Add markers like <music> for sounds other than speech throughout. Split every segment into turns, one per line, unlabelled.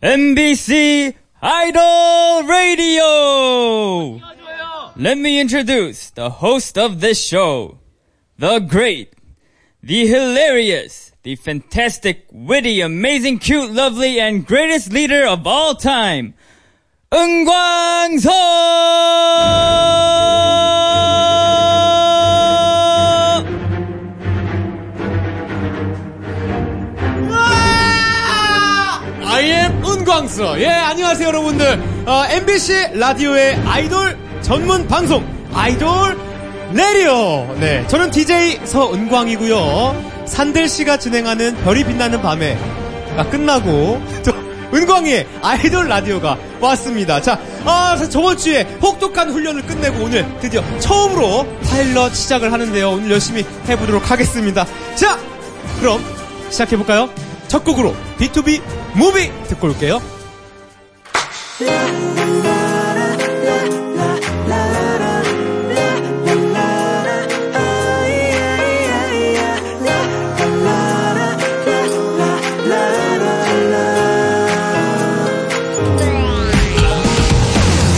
MBC Idol Radio! Let me introduce the host of this show. The great, the hilarious, the fantastic, witty, amazing, cute, lovely, and greatest leader of all time. 은광석!
아! I am 은광수. 예, 안녕하세요, 여러분들. 어, MBC 라디오의 아이돌 전문 방송, 아이돌 레디오. 네, 저는 DJ 서은광이고요. 산들 씨가 진행하는 별이 빛나는 밤에가 아, 끝나고, 또 은광이의 아이돌 라디오가 왔습니다. 자, 아, 사- 저번 주에 혹독한 훈련을 끝내고 오늘 드디어 처음으로 파일럿 시작을 하는데요. 오늘 열심히 해보도록 하겠습니다. 자, 그럼 시작해볼까요? 첫 곡으로 B2B 무비 듣고 올게요.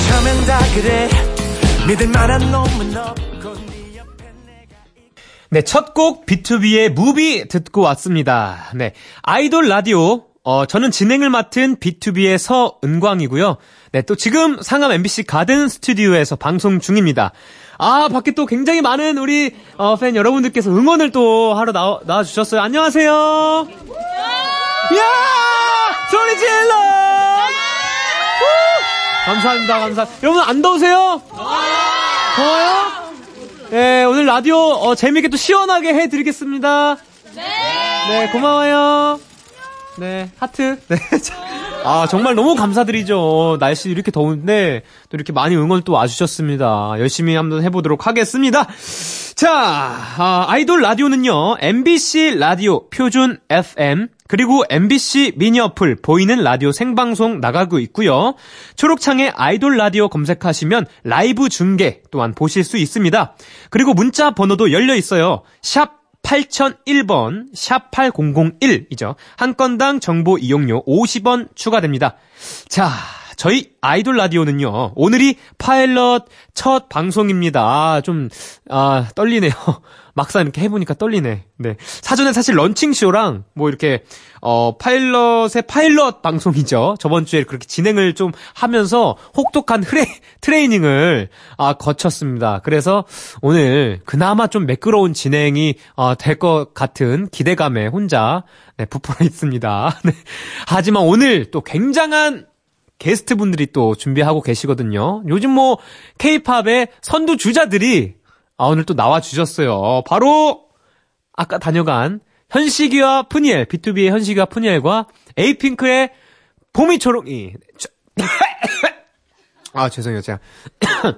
처음엔 다 그래 믿을 만한 놈은 없고 네 옆에 내가
네, 첫 곡 B2B의 무비 듣고 왔습니다. 네, 아이돌 라디오. 어, 저는 진행을 맡은 B2B의 서은광이고요. 네, 또 지금 상암 MBC 가든 스튜디오에서 방송 중입니다. 아, 밖에 또 굉장히 많은 우리 어, 팬 여러분들께서 응원을 또 하러 나와, 나와주셨어요. 안녕하세요. 이야! 소리 질러! 후! 감사합니다, 감사. 여러분 안 더우세요? 더워요? 예, 오늘 라디오 어, 재미있게 또 시원하게 해드리겠습니다. 네. 고마워요. 네, 하트. 네. <laughs> 자, 아, 정말 너무 감사드리죠. 어, 날씨 이렇게 더운데 네, 또 이렇게 많이 응원 또 와주셨습니다. 열심히 한번 해보도록 하겠습니다. 자, 아, 아이돌 라디오는요, MBC 라디오 표준 FM, 그리고 MBC 미니 어플 보이는 라디오 생방송 나가고 있고요. 초록창에 아이돌 라디오 검색하시면 라이브 중계 또한 보실 수 있습니다. 그리고 문자 번호도 열려 있어요. 샵 8001번, 샵8001이죠. 한 건당 정보 이용료 50원 추가됩니다. 자, 저희 아이돌 라디오는요, 오늘이 파일럿 첫 방송입니다. 아, 좀, 아, 떨리네요. <laughs> 막상 이렇게 해보니까 떨리네. 네. 사전에 사실 런칭쇼랑 뭐 이렇게, 어, 파일럿의 파일럿 방송이죠. 저번 주에 그렇게 진행을 좀 하면서 혹독한 흐레, <laughs> 트레이닝을, 아, 거쳤습니다. 그래서 오늘 그나마 좀 매끄러운 진행이, 어, 될 것 같은 기대감에 혼자, 네, 부풀어 있습니다. <laughs> 네. 하지만 오늘 또 굉장한 게스트 분들이 또 준비하고 계시거든요. 요즘 뭐 케이팝의 선두 주자들이 아 오늘 또 나와 주셨어요. 바로 아까 다녀간 현식이와 푸니엘, B2B의 현식이와 푸니엘과 에이핑크의 봄이 초롱이. 저- 아 죄송해요 제가 <coughs>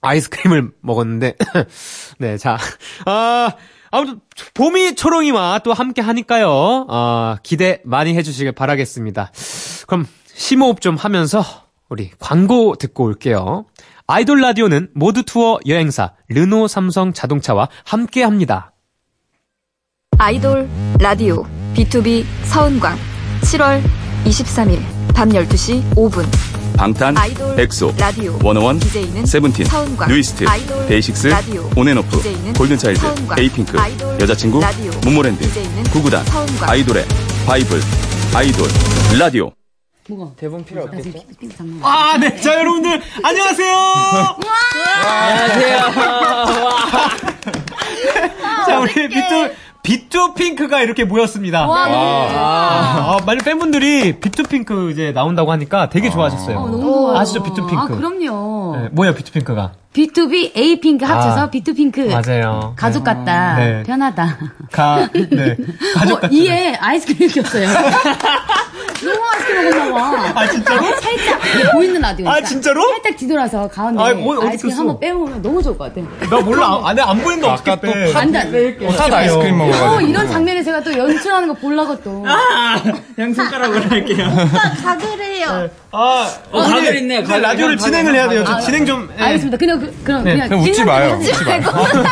아이스크림을 먹었는데 <coughs> 네 자 아. 아무튼 봄이 초롱이와 또 함께 하니까요. 아, 기대 많이 해주시길 바라겠습니다. 그럼 심호흡 좀 하면서 우리 광고 듣고 올게요. 아이돌 라디오는 모두 투어 여행사 르노 삼성 자동차와 함께 합니다.
아이돌 라디오 B2B 서은광 7월 23일 밤 12시 5분
방탄,
아이돌
엑소,
라디오
원어원,
DJ는
세븐틴,
서은광
뉴이스트,
아이돌
데이식스,
라디오
온앤오프,
DJ는
골든차일드,
서은광
에이핑크,
아이돌
여자친구,
라디오
문모랜드,
DJ는
구구단,
서은광
아이돌의 바이블, 아이돌, 라디오.
아, 네. 자, 여러분들 안녕하세요. 안녕하세요. 자, 우리 비투 비투 핑크가 이렇게 모였습니다. 아, 많은 팬분들이 비투 핑크 이제 나온다고 하니까 되게 좋아하셨어요.
좋아요.
아시죠? 비투 핑크.
아, 그럼요.
네, 뭐야, 비투 핑크가?
B2B, A핑크 합쳐서
아,
B2핑크.
맞아요.
네. 가족 같다.
네.
편하다.
가, 네. 가족
어,
같은.
이에 아이스크림 꼈어요. 너무 맛있게 먹었나 봐.
아, 진짜로?
살짝 이게 보이는 라디오.
아, 진짜로?
살짝 뒤돌아서 가운데
아,
아,
어, 어디
이스크림
꼈어?
한번 빼먹으면 너무 좋을 것 같아.
나 몰라. 아, 내안 보이는데 어떻게
아까 또
빼.
파-
앉아.
핫 아이스크림
어,
먹어가지고
이런 장면에 제가 또 연출하는 거 보려고 또.
양손가락으로 할게요.
아,
어, 가글 있네요.
근데 라디오를 진행을 해야 돼요. 저 진행 좀 예.
알겠습니다. 그냥, 그, 그럼 그냥.
그냥 웃지
진행만
마요.
해주세요.
웃지 마요.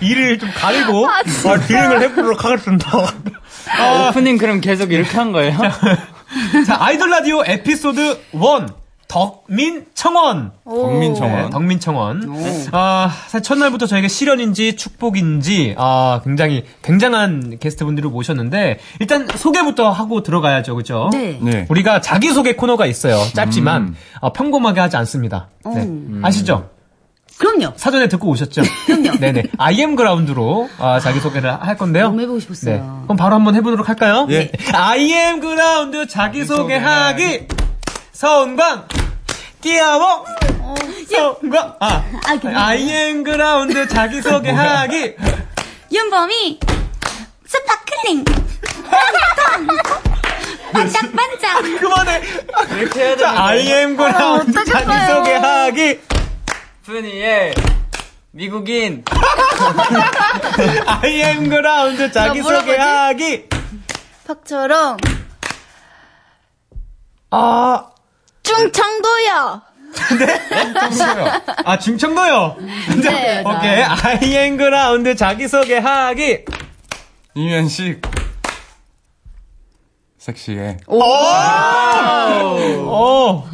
일을 좀 가리고 아, 진행을 해보도록 하겠습니다.
오프닝 그럼 계속 이렇게 한 거예요?
자, 아이돌 라디오 에피소드 1. 덕민 청원. 네,
덕민청원.
덕민 청원. 아, 사실 첫날부터 저에게 실현인지 축복인지, 아, 굉장히, 굉장한 게스트분들을 모셨는데, 일단 소개부터 하고 들어가야죠, 그죠?
네.
네.
우리가 자기소개 코너가 있어요. 짧지만,
음.
어, 평범하게 하지 않습니다. 네. 아시죠?
그럼요.
사전에 듣고 오셨죠?
그럼요.
<laughs> 네네. IM 그라운드로 아, 자기소개를 할 건데요. 네.
너무 해보고 싶었어요.
그럼 바로 한번 해보도록 할까요?
예.
IM 그라운드 자기소개하기. 서은광. 뛰어워. 서은광. 아.
아, 그래요?
IM 그라운드 자기소개하기.
윤범이
<laughs>
스파클링 반짝 반짝
그만해. 이렇게 해야 되 IM 그라운드
어떡해 봐요.
자기소개하기.
푸니의 미국인
IM 그라운드 자기소개하기.
박철웅
아.
충청도요
아, 중청도요?
네.
오케이. IM 그라운드 자기소개하기.
이면식. 섹시해.
어. 어,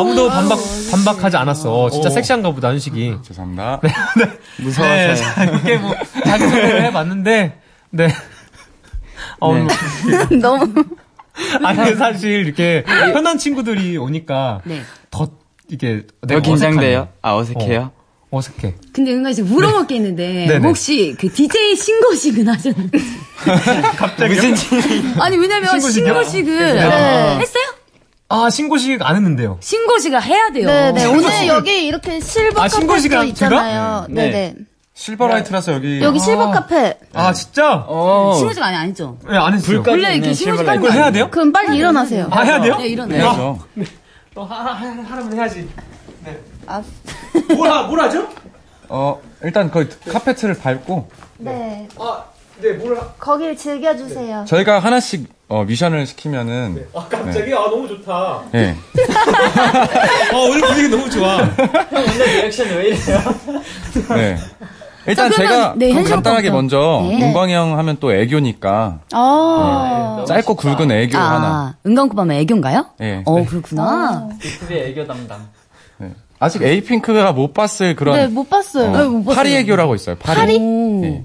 아무도 반박, 반박하지 않았어. 어, 진짜 섹시한가 보다, 한식이.
아,
<laughs>
죄송합니다.
네,
무서워서.
자, 이렇게 뭐, 자기소개를 해봤는데, 네. 어,
네.
너무.
아니, 사실, 이렇게, 편한 친구들이 오니까,
네.
더, 이게,
더
내가
긴장돼요?
어색하네.
아 어색해요?
어, 어색해.
근데 은가 이제 물어볼 게 있는데
네네.
혹시 그 DJ 신고식은 하셨는지.
갑자기.
아니 왜냐면
신고식이요?
신고식을
네.
했어요?
아, 신고식 안 했는데요.
신고식을 해야 돼요.
네네 오늘 여기 이렇게 실버
아, 신고식을
카페도
한- 제가?
있잖아요
네.
네네
실버라이트라서 여기.
여기 실버 카페
네.
아, 진짜?
어.
신고식 아니 아니죠.
왜 안 했어요?
불까지
원래 이렇게
있네,
신고식
실버라이트.
하는 거
이걸 해야 돼요?
그럼 빨리 일어나세요
아, 해야 돼요?
네, 이런
네. 죠
어, 하, 하, 하- 하라면 해야지. 네.
아.
뭐라, 뭐라죠?
어, 일단 거기 카페트를 밟고
네
아, 네, 뭐라.
거길 즐겨주세요
저희가 하나씩 어, 미션을 시키면은
아, 갑자기? 아, 너무 좋다. 아,
예.
어, 오늘 분위기 너무 좋아.
리액션 왜 이래요?
네. 일단
자, 그러면-
제가
네,
그럼
현실
간단하게
오빠부터.
먼저
네.
문광이 형 하면 또 애교니까 네.
아.
짧고 굵은 애교 하나.
아, 은광오빠만 애교인가요?
예.
어,
아.
그렇구나.
유튜브의 애교 담당
네. 아직 에이핑크가 못 봤을 그런
네 못
어,
봤어요
아, 뭐,
파리 애교라고 있어요. 파리.
오.
예.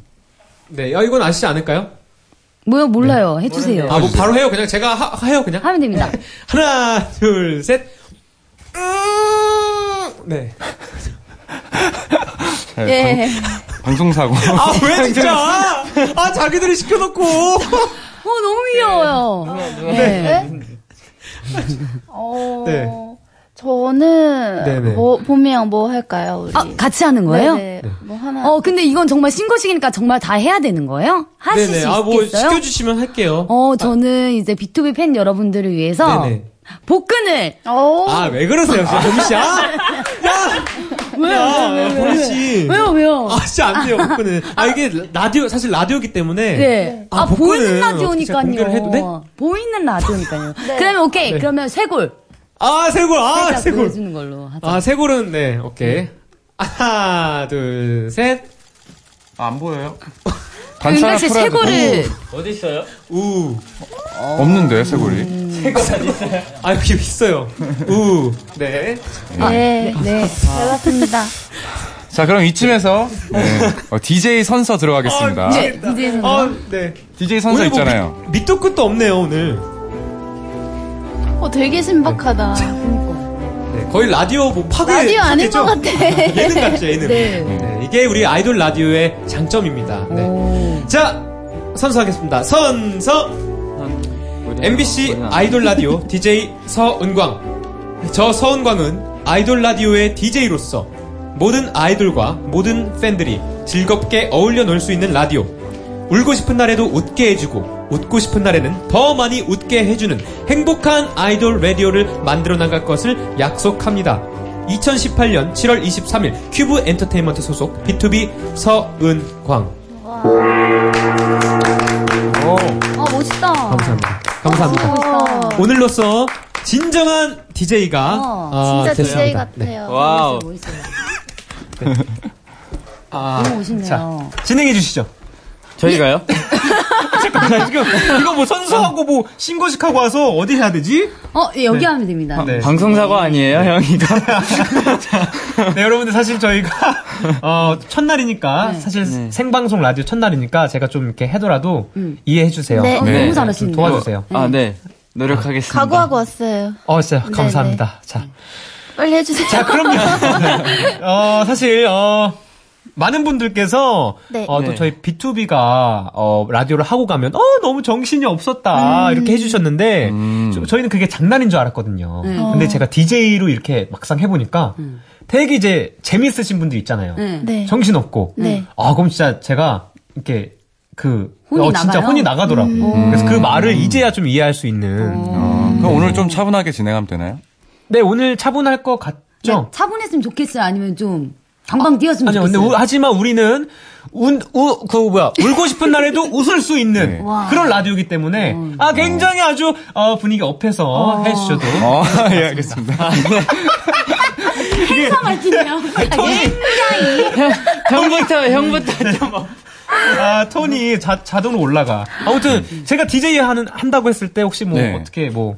네, 아, 이건 아시지 않을까요?
뭐요? 몰라요. 해주세요.
아, 뭐 바로 해요. 그냥 제가 하, 해요. 그냥
하면 됩니다.
하나, 둘, 셋. 음. 네.
네,
예.
방- 방송사고.
아, <laughs> 왜 진짜? 아, 자기들이 시켜놓고.
어, 너무 귀여워요. 네.
네? 어...
네.
저는
네네.
뭐 보면 뭐 할까요 우리
아, 같이 하는 거예요?
네네. 뭐 하나
어, 근데 이건 정말 신고식이니까 정말 다 해야 되는 거예요? 하실
네네.
수
아, 뭐
있겠어요?
그
시켜주시면 할게요.
어, 저는 이제 B2B 팬 여러분들을 위해서
네네.
복근을
오.
아, 왜 그러세요, 진짜 보미 씨? 아, 야, 보미 씨.
아, 왜요, 왜요?
아, 진짜 안 돼요, 복근은. 아, 이게 라디오, 사실 라디오기 때문에.
네. 아,
아, 복근은
보이는
제가 공개를 해도 네?
라디오니까요.
돼?
보이는 라디오니까요. 그러면 오케이. 그러면 쇄골.
아, 쇄골, 아,
살짝
쇄골.
보여주는 걸로 하자.
아, 쇄골은, 네, 오케이. 하나, 둘, 셋.
아, 안 보여요?
은가
관찰
씨
풀어야
쇄골을
어디 있어요?
우.
없는데 쇄골이.
아, 여기 있어요. 우. 네.
네, 네. 잘 봤습니다.
자 그럼 이쯤에서 네. 어, DJ 선서 들어가겠습니다.
아,
네, 이제는
아, 네.
DJ 선서
뭐
있잖아요.
밑- 밑도 끝도 없네요, 오늘.
어, 되게 신박하다.
네, 거의 라디오 뭐 파괴.
라디오 아닌
파괴죠?
것 같아.
<laughs> 예능 같죠, 예능.
네.
네, 이게 우리 아이돌 라디오의 장점입니다. 네. 자, 선서하겠습니다. 선서!
음,
MBC 아이돌 라디오 DJ 서은광. 저 서은광은 아이돌 라디오의 DJ로서 모든 아이돌과 모든 팬들이 즐겁게 어울려 놀 수 있는 라디오. 울고 싶은 날에도 웃게 해주고, 웃고 싶은 날에는 더 많이 웃게 해주는 행복한 아이돌 라디오를 만들어 나갈 것을 약속합니다. 2018년 7월 23일 큐브 엔터테인먼트 소속 B2B 서은광.
어,
아, 멋있다.
감사합니다. 감사합니다.
어,
오늘로써 진정한 DJ가 아,
어,
진짜
됐습니다. 네,
DJ 같아요.
어, 와우
너무 멋있네요.
아,
진행해 주시죠.
저희가요?
잠깐만 지금 이거 뭐 선서하고 뭐 신고식하고 와서 어디 해야 되지?
어, 예, 여기 하면 됩니다.
네.
방송사고 아니에요, 형
<laughs>
이거?
네, 여러분들 사실 저희가 어, 첫날이니까
네.
사실 생방송 라디오 첫날이니까 제가 좀 이렇게 해도라도
음.
이해해 주세요.
네.
어,
네.
너무 잘하시네요.
도와주세요.
아, 네. 노력하겠습니다.
각오하고 왔어요.
어, 진짜
네,
감사합니다. 자,
빨리 해주세요.
자 그럼요. 어, 사실 어. 많은 분들께서
네.
어, 또
네.
저희 B2B가 어, 라디오를 하고 가면 어 너무 정신이
음.
없었다 이렇게 해주셨는데 저, 저희는 그게 장난인 줄 알았거든요.
음. 네. 음.
근데
어.
제가 DJ로 이렇게 막상 해보니까 되게 이제 재밌으신 분들 있잖아요.
네.
네.
정신 없고
네.
아 그럼 진짜 제가 이렇게 그
혼이
어, 진짜
나가요?
혼이 나가더라고.
음. 어.
그래서 그 말을 이제야 좀 이해할 수 있는.
그럼 오늘 좀 차분하게 진행하면 되나요?
네 오늘 차분할 것 같죠?
네, 차분했으면 좋겠어요. 아니면 좀 방방 뛰었으면
아니요, 근데
좋겠어요.
우- 하지만 우리는 운우그 뭐야 울고 싶은 날에도 웃을 수
네.
있는 그런 라디오이기 때문에
음.
아 굉장히 아주 어, 분위기 업해서 해주셔도
어, 예, 알겠습니다.
항상 밝히네요.
<laughs>
예? 형부터, 형부터 좀.
네. 아 톤이 자, 자동으로 올라가. 아무튼 제가 DJ 하는 한다고 했을 때 혹시 뭐
네.
어떻게 뭐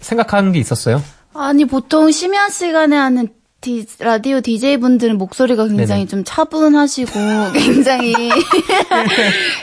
생각하는 게 있었어요?
아니 보통 심야 시간에 하는 디- 라디오 DJ 분들은 목소리가
네네.
굉장히 좀 차분하시고 <laughs> 굉장히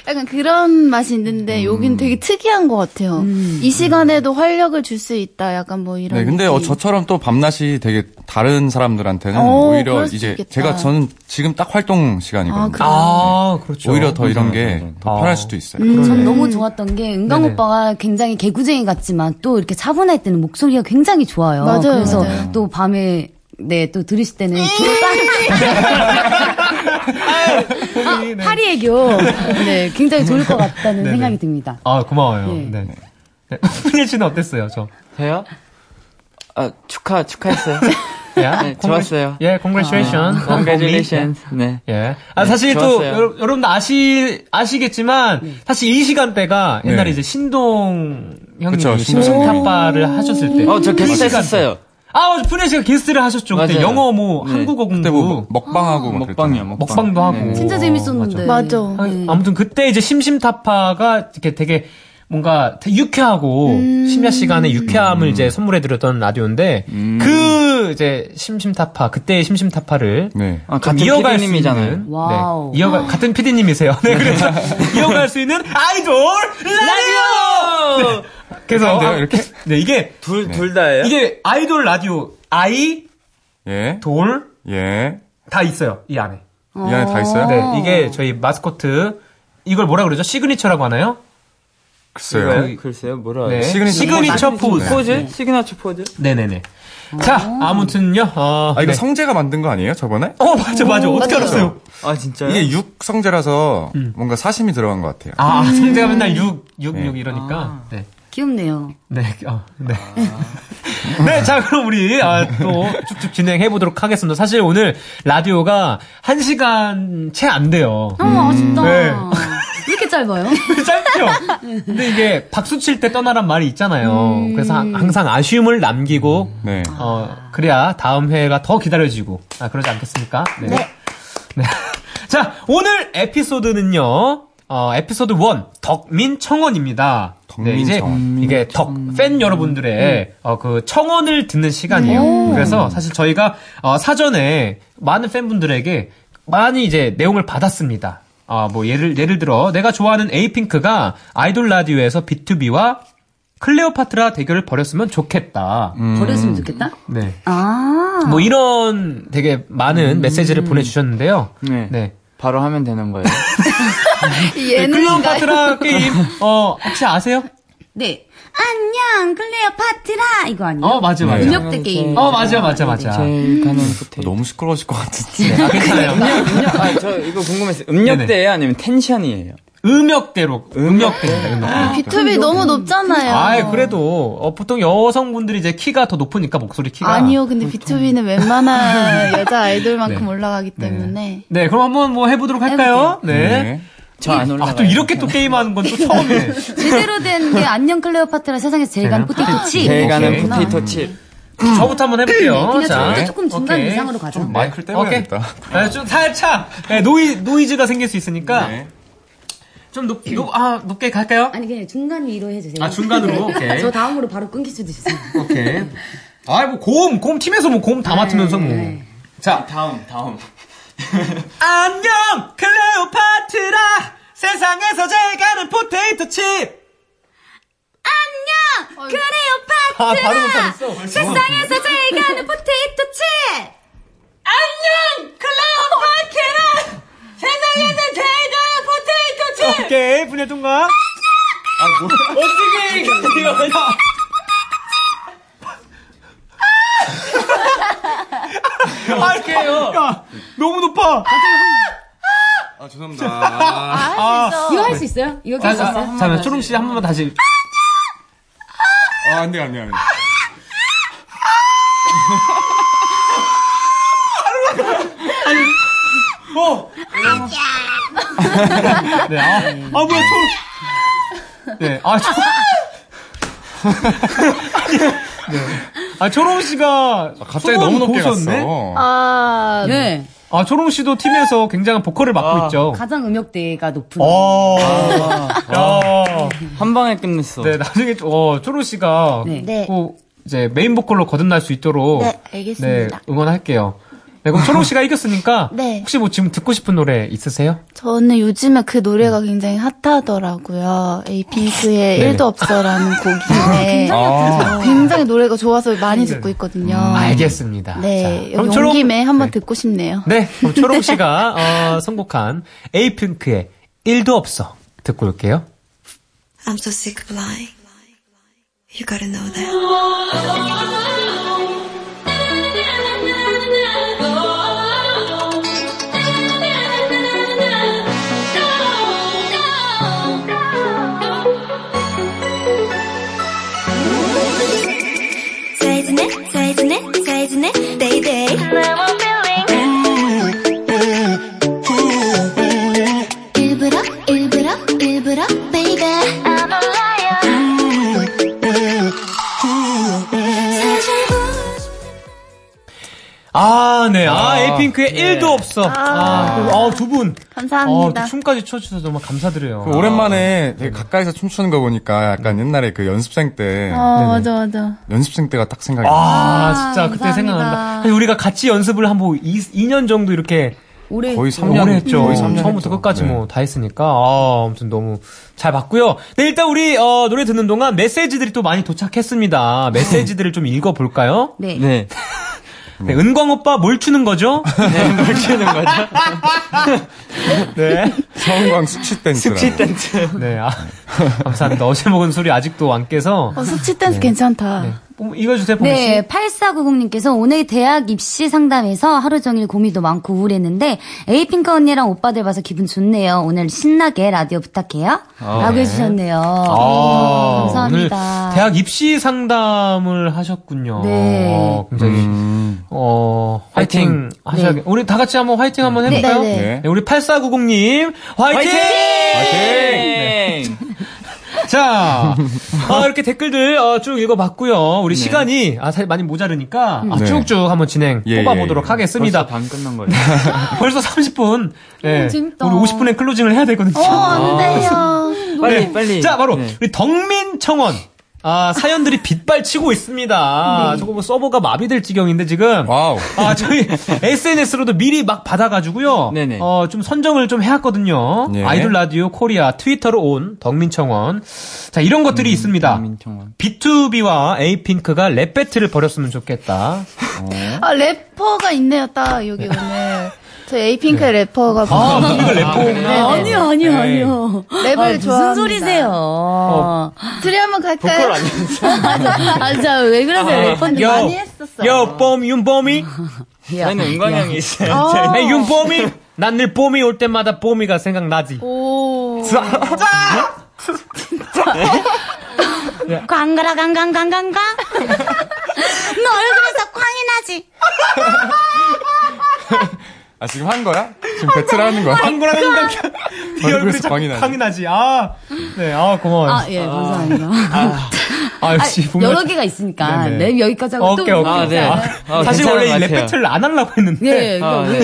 약간 그런 맛이
음.
있는데 여긴 되게 특이한 것 같아요. 이 시간에도 활력을 줄 수 있다. 약간 뭐 이런.
네, 근데 어,
느낌.
저처럼 또 밤낮이 되게 다른 사람들한테는
오,
오히려
어, 그럴 수도
이제
있겠다.
제가 저는 지금 딱 활동 시간이거든요.
아, 그래요?
아 그렇죠.
오히려 더 이런 게 음, 더
아.
편할 수도 있어요.
전 너무 좋았던 게 은강
네네.
오빠가 굉장히 개구쟁이 같지만 또 이렇게 차분할 때는 목소리가 굉장히 좋아요.
맞아요,
그래서
맞아요.
또 밤에 네 또 들으실 때는
톤이, 네.
아, 파리 애교 네 굉장히 좋을 것 같다는
네네.
생각이 듭니다.
아 고마워요.
예.
네. 네. <laughs> 플리 씨는 어땠어요, 저?
저요? 아, 축하,
<laughs>
축하했어요.
야,
네, 좋았어요. 아, 네.
예, congratulations.
c o n g r a t u l a t i o n 네.
예. 아, 사실 또,
좋았어요. 음.
여러- 여러분도 아시, 아시겠지만, 사실 이 시간대가 옛날에
네.
이제 신동 형님이
그쵸, 신동
신동
형님.
탑바를 하셨을 때.
어, 저
그
게스트
시간대.
했었어요.
아, 맞아. 푸네 씨가 게스트를 하셨죠. 그때
맞아요.
영어 뭐,
네.
한국어
그때 뭐
공부.
먹방하고 막
먹방이요,
그랬잖아요.
먹방.
먹방도 하고.
네.
진짜 재밌었는데. 네.
맞아.
아, 아무튼 그때 이제 심심타파가 이렇게 되게 뭔가 되게 유쾌하고
음.
심야 시간에 유쾌함을 이제 선물해드렸던 라디오인데
음.
그 이제 심심타파 그때의 심심타파를
네.
아,
좀
같은
이어갈 수
PD님이잖아요.
있는,
와우.
네, 이어가 같은 PD님이세요. 네, 그래서 이어갈 수 있는 아이돌 라디오. 네, 그래서
괜찮은데요, 이렇게?
네 이게
둘, 둘 다예요?
이게 아이돌 라디오 아이돌
예. 예.
다 있어요 이 안에.
이 안에 다 있어요?
네, 이게 저희 마스코트 이걸 뭐라 그러죠? 시그니처라고 하나요?
글쎄요.
글쎄요, 뭐라.
네.
해요?
시그니처
시그니처 포즈.
포즈? 네. 시그니처 포즈?
네네네. 자, 아무튼요. 어,
아, 이거
네.
성재가 만든 거 아니에요, 저번에?
어, 맞아, 맞아. 어떻게 알았어요?
아, 진짜요?
이게 육성재라서 뭔가 사심이 들어간 것 같아요.
아, 성재가 맨날 6, 6,
네.
6 이러니까. 네.
귀엽네요.
네, 어, 네. <laughs> 네, 자, 그럼 우리, 아, 또 쭉쭉 진행해 보도록 하겠습니다. 사실 오늘 라디오가 1시간 채 안 돼요. <laughs>
아 아쉽다.
네. 음.
왜 이렇게 짧아요?
짧죠? 근데 이게 박수 칠 때 떠나란 말이 있잖아요. 그래서 하- 항상 아쉬움을 남기고,
네.
아.
어, 그래야 다음 회가 더 기다려지고, 아, 그러지 않겠습니까? 네. 네. <laughs> 자, 오늘 에피소드는요, 어, 에피소드 1, 덕민 청원입니다. 네,
덕민
이제
청원. 음.
이게 덕 팬 여러분들의 어, 그 청원을 듣는 시간이에요. 그래서 사실 저희가 어, 사전에 많은 팬분들에게 많이 이제 내용을 받았습니다. 아, 뭐 예를 예를 들어 내가 좋아하는 에이핑크가 아이돌 라디오에서 B2B와 클레오파트라 대결을 벌였으면 좋겠다.
음.
버렸으면 좋겠다.
네.
아.
뭐 이런 되게 많은 메시지를 보내주셨는데요.
네.
네.
바로 하면 되는
<laughs>
거예요.
네,
클레오파트라 게임 어 혹시 아세요?
그러니까 네. 안녕 클레오파트라 이거 아니에요?
어 맞아 맞아.
음역대 게임.
어 맞아 맞아 맞아.
제일 가는 포테이토.
너무 시끄러우실 것 같은데.
아, 괜찮아요.
음력, 아, 저 이거 궁금했어요. 음력대예요 아니면 텐션이에요?
음역대로 음역대입니다.
아. 네.
음역대.
비투비 너무 높잖아요.
아 그래도 어, 보통 여성분들이 이제 키가 더 높으니까 목소리 키가.
아니요, 근데 비투비는 웬만한
<laughs>
여자 아이돌만큼 올라가기 때문에.
네 그럼 한번 뭐 해보도록 할까요? 네.
네.
저 안 올라가요.
아 또 이렇게 또 게임하는 건 또 처음이네.
제대로 된 게 안녕 클레오파트라 세상에서 제일 간 포테이토 칩.
제일 가는
오케이.
포테이토 칩.
음.
저부터 한번 해볼게요.
그냥
자,
조금 조금 중간
오케이.
이상으로 가자.
네.
마이크를 떼버려야겠다.
오케이. 아, 좀 살짝 네, 노이, 노이즈가 생길 수 있으니까.
네.
좀 높, 높, 아, 높게 갈까요?
아니 그냥 중간 위로 해주세요.
아, 중간으로? <laughs> 오케이.
저 다음으로 바로 끊길 수도 있어요.
오케이. 아이, 뭐, 고음, 고음 팀에서 뭐, 고음 다 맡으면서 뭐.
네.
자. 다음, 다음. <laughs> 안녕, 클레오파트라! 세상에서 제일 가는 포테이토 칩!
어이.
그래요, 파트라. 세상에서 제일 가는 포테이토 칩. 안녕, 클라우 파트라. 세상에서 제일 가는 포테이토 칩.
오케이, 분야 통과.
아, 어떻게 이거 할게요.
야, 너무 높아.
아, 죄송합니다.
아, 할 수
이거
있어.
할 수 있어요? 이거 할 수 있어요?
잠깐만, 초롱씨 한 번만 다시.
아, 안 돼, 안 돼, 안 돼.
어.
네, 아,
아, 뭐야, 저.
네, 아, 초...
아, 초롱 씨가.
아, 갑자기 너무 높게 갔어.
아,
네.
아, 초롱 씨도 팀에서 굉장한 보컬을
아.
맡고 있죠.
가장 음역대가 높은.
어.
아.
야.
한 방에 끝냈어.
네, 나중에, 좀- 어, 초롱 씨가.
네.
네.
꼭 이제 메인 보컬로 거듭날 수 있도록.
네, 알겠습니다.
네, 응원할게요. 네, 그럼 초롱 씨가 이겼으니까.
<laughs> 네. 음.
혹시 뭐 지금 듣고 싶은 노래 있으세요?
저는 요즘에 그 노래가 굉장히 핫하더라고요. 에이핑크의
네.
일도
<laughs>
없어라는 곡인데
아.
굉장히 노래가 좋아서 많이 듣고
네.
있거든요.
음, 알겠습니다.
네,
자, 그럼
온
초록-
김에 한번
네.
듣고 싶네요.
네, 그럼
<laughs>
초롱 씨가 어, 선곡한 에이핑크의 일도 없어 듣고 올게요.
I'm so sick of lying. You gotta know that. 사이즈네, 사이즈네, 사이즈네, 베이베이. 일부러, 일부러, 일부러, 베이베. I'm a liar.
아, 네, 아, 에이핑크의 일도 없어. 아, 아, 두 분. 어,
감사합니다.
또 춤까지 춰주셔서 정말 감사드려요.
그 오랜만에 되게 가까이서 춤추는 거 보니까 약간 옛날에 그 연습생 때,
어, 맞아, 맞아.
연습생 때가 딱 생각이 나.
아,
아,
진짜 그때
감사합니다.
생각난다. 사실 우리가 같이 연습을 한 뭐 2년 정도 이렇게
올해
거의
또-
3년
오래 했죠.
거의 3년
처음부터
했죠.
끝까지
네.
뭐 다 했으니까 아, 아무튼 너무 잘 봤고요. 네, 일단 우리 어, 노래 듣는 동안 메시지들이 또 많이 도착했습니다. 메시지들을 좀 읽어 볼까요?
네.
네.
네, 은광 오빠 뭘 추는 거죠? 네, 뭘 추는 거죠? <laughs> 네.
서은광 숙취 댄스라.
댄스. 네, 아, 감사합니다. 어제 먹은 술이 아직도 안 깨서.
어, 숙취
네.
댄스 괜찮다.
뭐, 이거 주세요, 봉씨.
네, 8490님께서 오늘 대학 입시 상담에서 하루 종일 고민도 많고 우울했는데 에이핑크 언니랑 오빠들 봐서 기분 좋네요. 오늘 신나게 라디오 부탁해요. 라고 해주셨네요.
아,
어, 감사합니다.
오늘 대학 입시 상담을 하셨군요.
네.
어, 굉장히,
음.
어, 화이팅, 하셔야,
네.
우리 다 같이 한번 화이팅 한번 해볼까요?
네, 네.
네.
우리 8490님, 화이팅!
네.
자, 어, 이렇게 댓글들 어, 쭉 읽어봤고요. 우리 시간이 아, 사실 많이 모자르니까 아,
음.
네.
쭉쭉 한번 진행
예,
뽑아보도록
예, 예.
하겠습니다.
반 끝난 거예요.
<laughs> 벌써 30분. 네.
재밌다.
우리 50분에 클로징을 해야 되거든요.
어,
아.
안 돼요.
빨리,
네.
빨리.
자, 바로
네.
우리 덕민 청원. 아, 사연들이 빗발치고 있습니다.
네.
저거 뭐 서버가 마비될 지경인데 지금.
와우.
아, 저희 SNS로도 미리 막 받아가지고요.
네네. 네.
어, 좀 선정을 좀 해왔거든요.
예.
아이돌 라디오 코리아 트위터로 온 덕민 청원. 자, 이런 것들이 있습니다.
음, 민청원.
B2B와 에이핑크가 랩 배틀을 벌였으면 좋겠다.
아, 래퍼가 있네요, 딱, 여기 오늘. 저 에이핑크 의 래퍼가. 네,
아,
보여요.
이거 래퍼구나.
아니요, 아니요, 아니요.
네. 랩을
아, 무슨
좋아합니다. 어.
소리세요?
둘이 한번 갈까요? <laughs>
아, 진짜 왜 그러세요? 래퍼님.
요.
많이 했었어.
여, 뽐, 윤뽐이.
저희는 은광형이 있어요.
아,
에이, 윤뽐이. 난 늘 뽐이 올 때마다 뽐이가 생각나지.
오.
광가라 강강강강강. 너 얼굴에서 광이 나지.
아, 지금 한 거야? 지금 배틀 하는 거야? <laughs>
광고라는 건 네 얼굴에서
얼굴에서 아, 광이 나지.
광이 나지. 아, 네, 아 고마워요.
아, 예, 감사합니다.
아, 역시 보면-
여러 개가 있으니까
아,
네네.
랩 여기까지 하고
오케이,
또
오케이. 아, 네. 아,
사실
괜찮은
원래
것
이 랩
같아요.
배틀을 안 하려고 했는데.
예.
네, 그러니까 왜?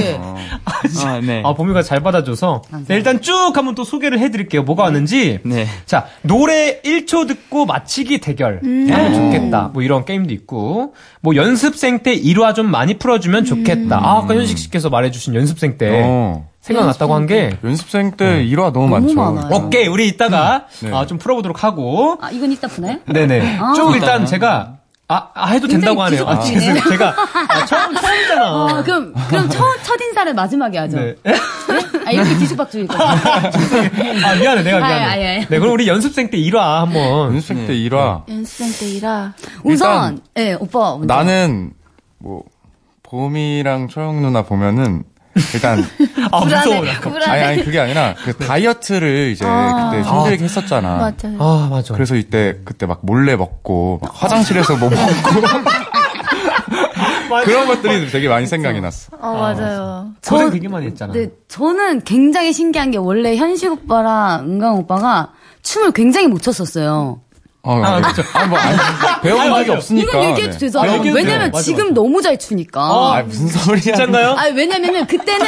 아, 네.
어,
아, 범위가 잘 받아줘서. 네, 일단 쭉 한번 또 소개를 해드릴게요. 뭐가 왔는지.
네.
자, 노래 1초 듣고 맞히기 대결.
음.
하면 좋겠다. 뭐 이런 게임도 있고. 뭐 연습생 때 일화 좀 많이 풀어주면 좋겠다. 아, 아까 현식 씨께서 말해주신 연습생 때.
어.
생각났다고 한 게.
연습생 때
네.
일화 너무, 많죠. 어?
오케이, 우리 이따가
네.
아, 좀 풀어보도록 하고.
아, 이건 이따 보나요?
네네.
아.
좀 일단 제가 아, 아, 해도 된다고 하네요. 아,
굉장히
죄송해요.
뒤죽박죽이네요.
제가 아, 처음 처음이잖아.
아, 그럼 그럼 첫, 첫 인사를 마지막에 하죠.
네.
아, 이렇게
<laughs>
뒤죽박죽이니까.
아 미안해 내가 미안해.
아, 아, 예, 예.
네 그럼 우리 연습생 때 1화 한번.
연습생 때 1화.
네.
연습생 때 일하.
우선 예, 오빠 먼저.
나는 뭐 봄이랑 초영 누나 보면은 일단
아 무서워.
불안해. 불안해.
아니 아니 그게 아니라 그
네.
다이어트를 이제
네. 아.
그때 힘들게 했었잖아.
맞아요.
아 맞아.
그래서 이때 그때 막 몰래 먹고
아.
막 화장실에서 뭐 먹고 그런 것들이 되게 많이 생각이 났어.
어, 맞아요.
고생 되게 많이 했잖아.
네, 저는 굉장히 신기한 게 원래 현식 오빠랑 은강 오빠가 춤을 굉장히 못 췄었어요.
어,
아,
아,
그쵸.
뭐 아니, 배운 적이
맞아요.
없으니까.
이건 얘기해도
네.
되잖아요.
아, 얘기해도 돼요.
왜냐면
맞아,
지금
맞아.
너무 잘 추니까.
아, 무슨 소리야.
괜찮나요?
아, 왜냐면은 그때는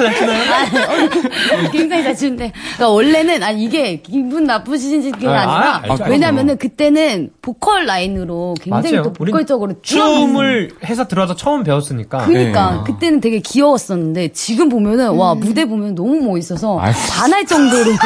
아, <laughs> 굉장히 잘 추는데 그러니까 원래는 아니 이게 기분 나쁘신지 그게
아,
아니라
아, 알죠.
왜냐면은 그때는 보컬 라인으로 굉장히
맞아요.
또
우린
보컬적으로
춤을 회사 들어와서 처음 배웠으니까.
그러니까
네.
그때는 되게 귀여웠었는데 지금 보면은
음.
와 무대 보면 너무 멋있어서
아유.
반할 정도로 <laughs>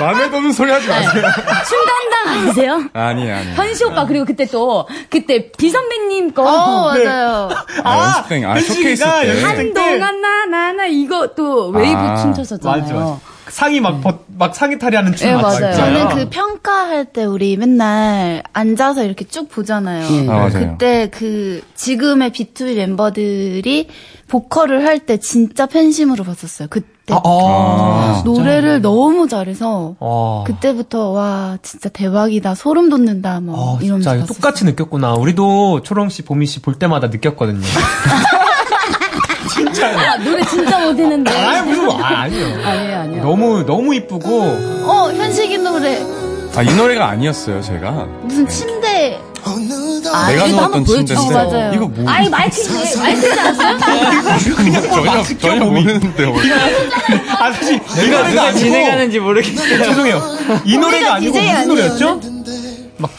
마음에 드는 소리 하지
네.
마세요.
춤담당 아니세요?
아니, 아니.
네.
현시 오빠 그리고 그때 또 그때 비 선배님
어,
거 네.
맞아요.
아, 연습생, 아, 쇼케이스
현식이가
때.
연습생 때
한동안 나나나 이거 또 웨이브
아,
네. 맞아.
춤췄었잖아요.
맞아. 상의 막, 벗, 막 상의 탈의하는 춤
예,
맞죠?
네. 맞아요.
있잖아요.
저는 그 평가할 때 우리 맨날 앉아서 이렇게 쭉 보잖아요.
예.
아, 맞아요.
그때 그 지금의 B2B 멤버들이 보컬을 할 때 진짜 팬심으로 봤었어요. 그때
아, 아,
노래를 너무 잘해서
아.
그때부터 와 진짜 대박이다 소름 돋는다 뭐
아,
이러면서
진짜 이거
봤었어요.
똑같이 느꼈구나. 우리도 초롱 씨, 보미 씨 볼 때마다 느꼈거든요.
아, 노래 진짜 못했는데.
아, 무슨 아, 아니요.
네. 아니에요, 아니에요.
너무 너무 이쁘고
어 현식이 노래
아, 이 노래가 아니었어요, 제가.
무슨 침대
아,
내가
그래도 한번
누웠던 침대인데.
보여주시죠.
어, 맞아요.
이거 뭐.
아니, 뭐 마이크지, 마이크지 않았어요?
전혀, 전혀 모르는데, 원래.
아, 사실 이 노래가 그 아니고
진행하는지 모르겠어요.
죄송해요. 이 노래가
우리가
아니고
DJ
무슨 노래였죠? 막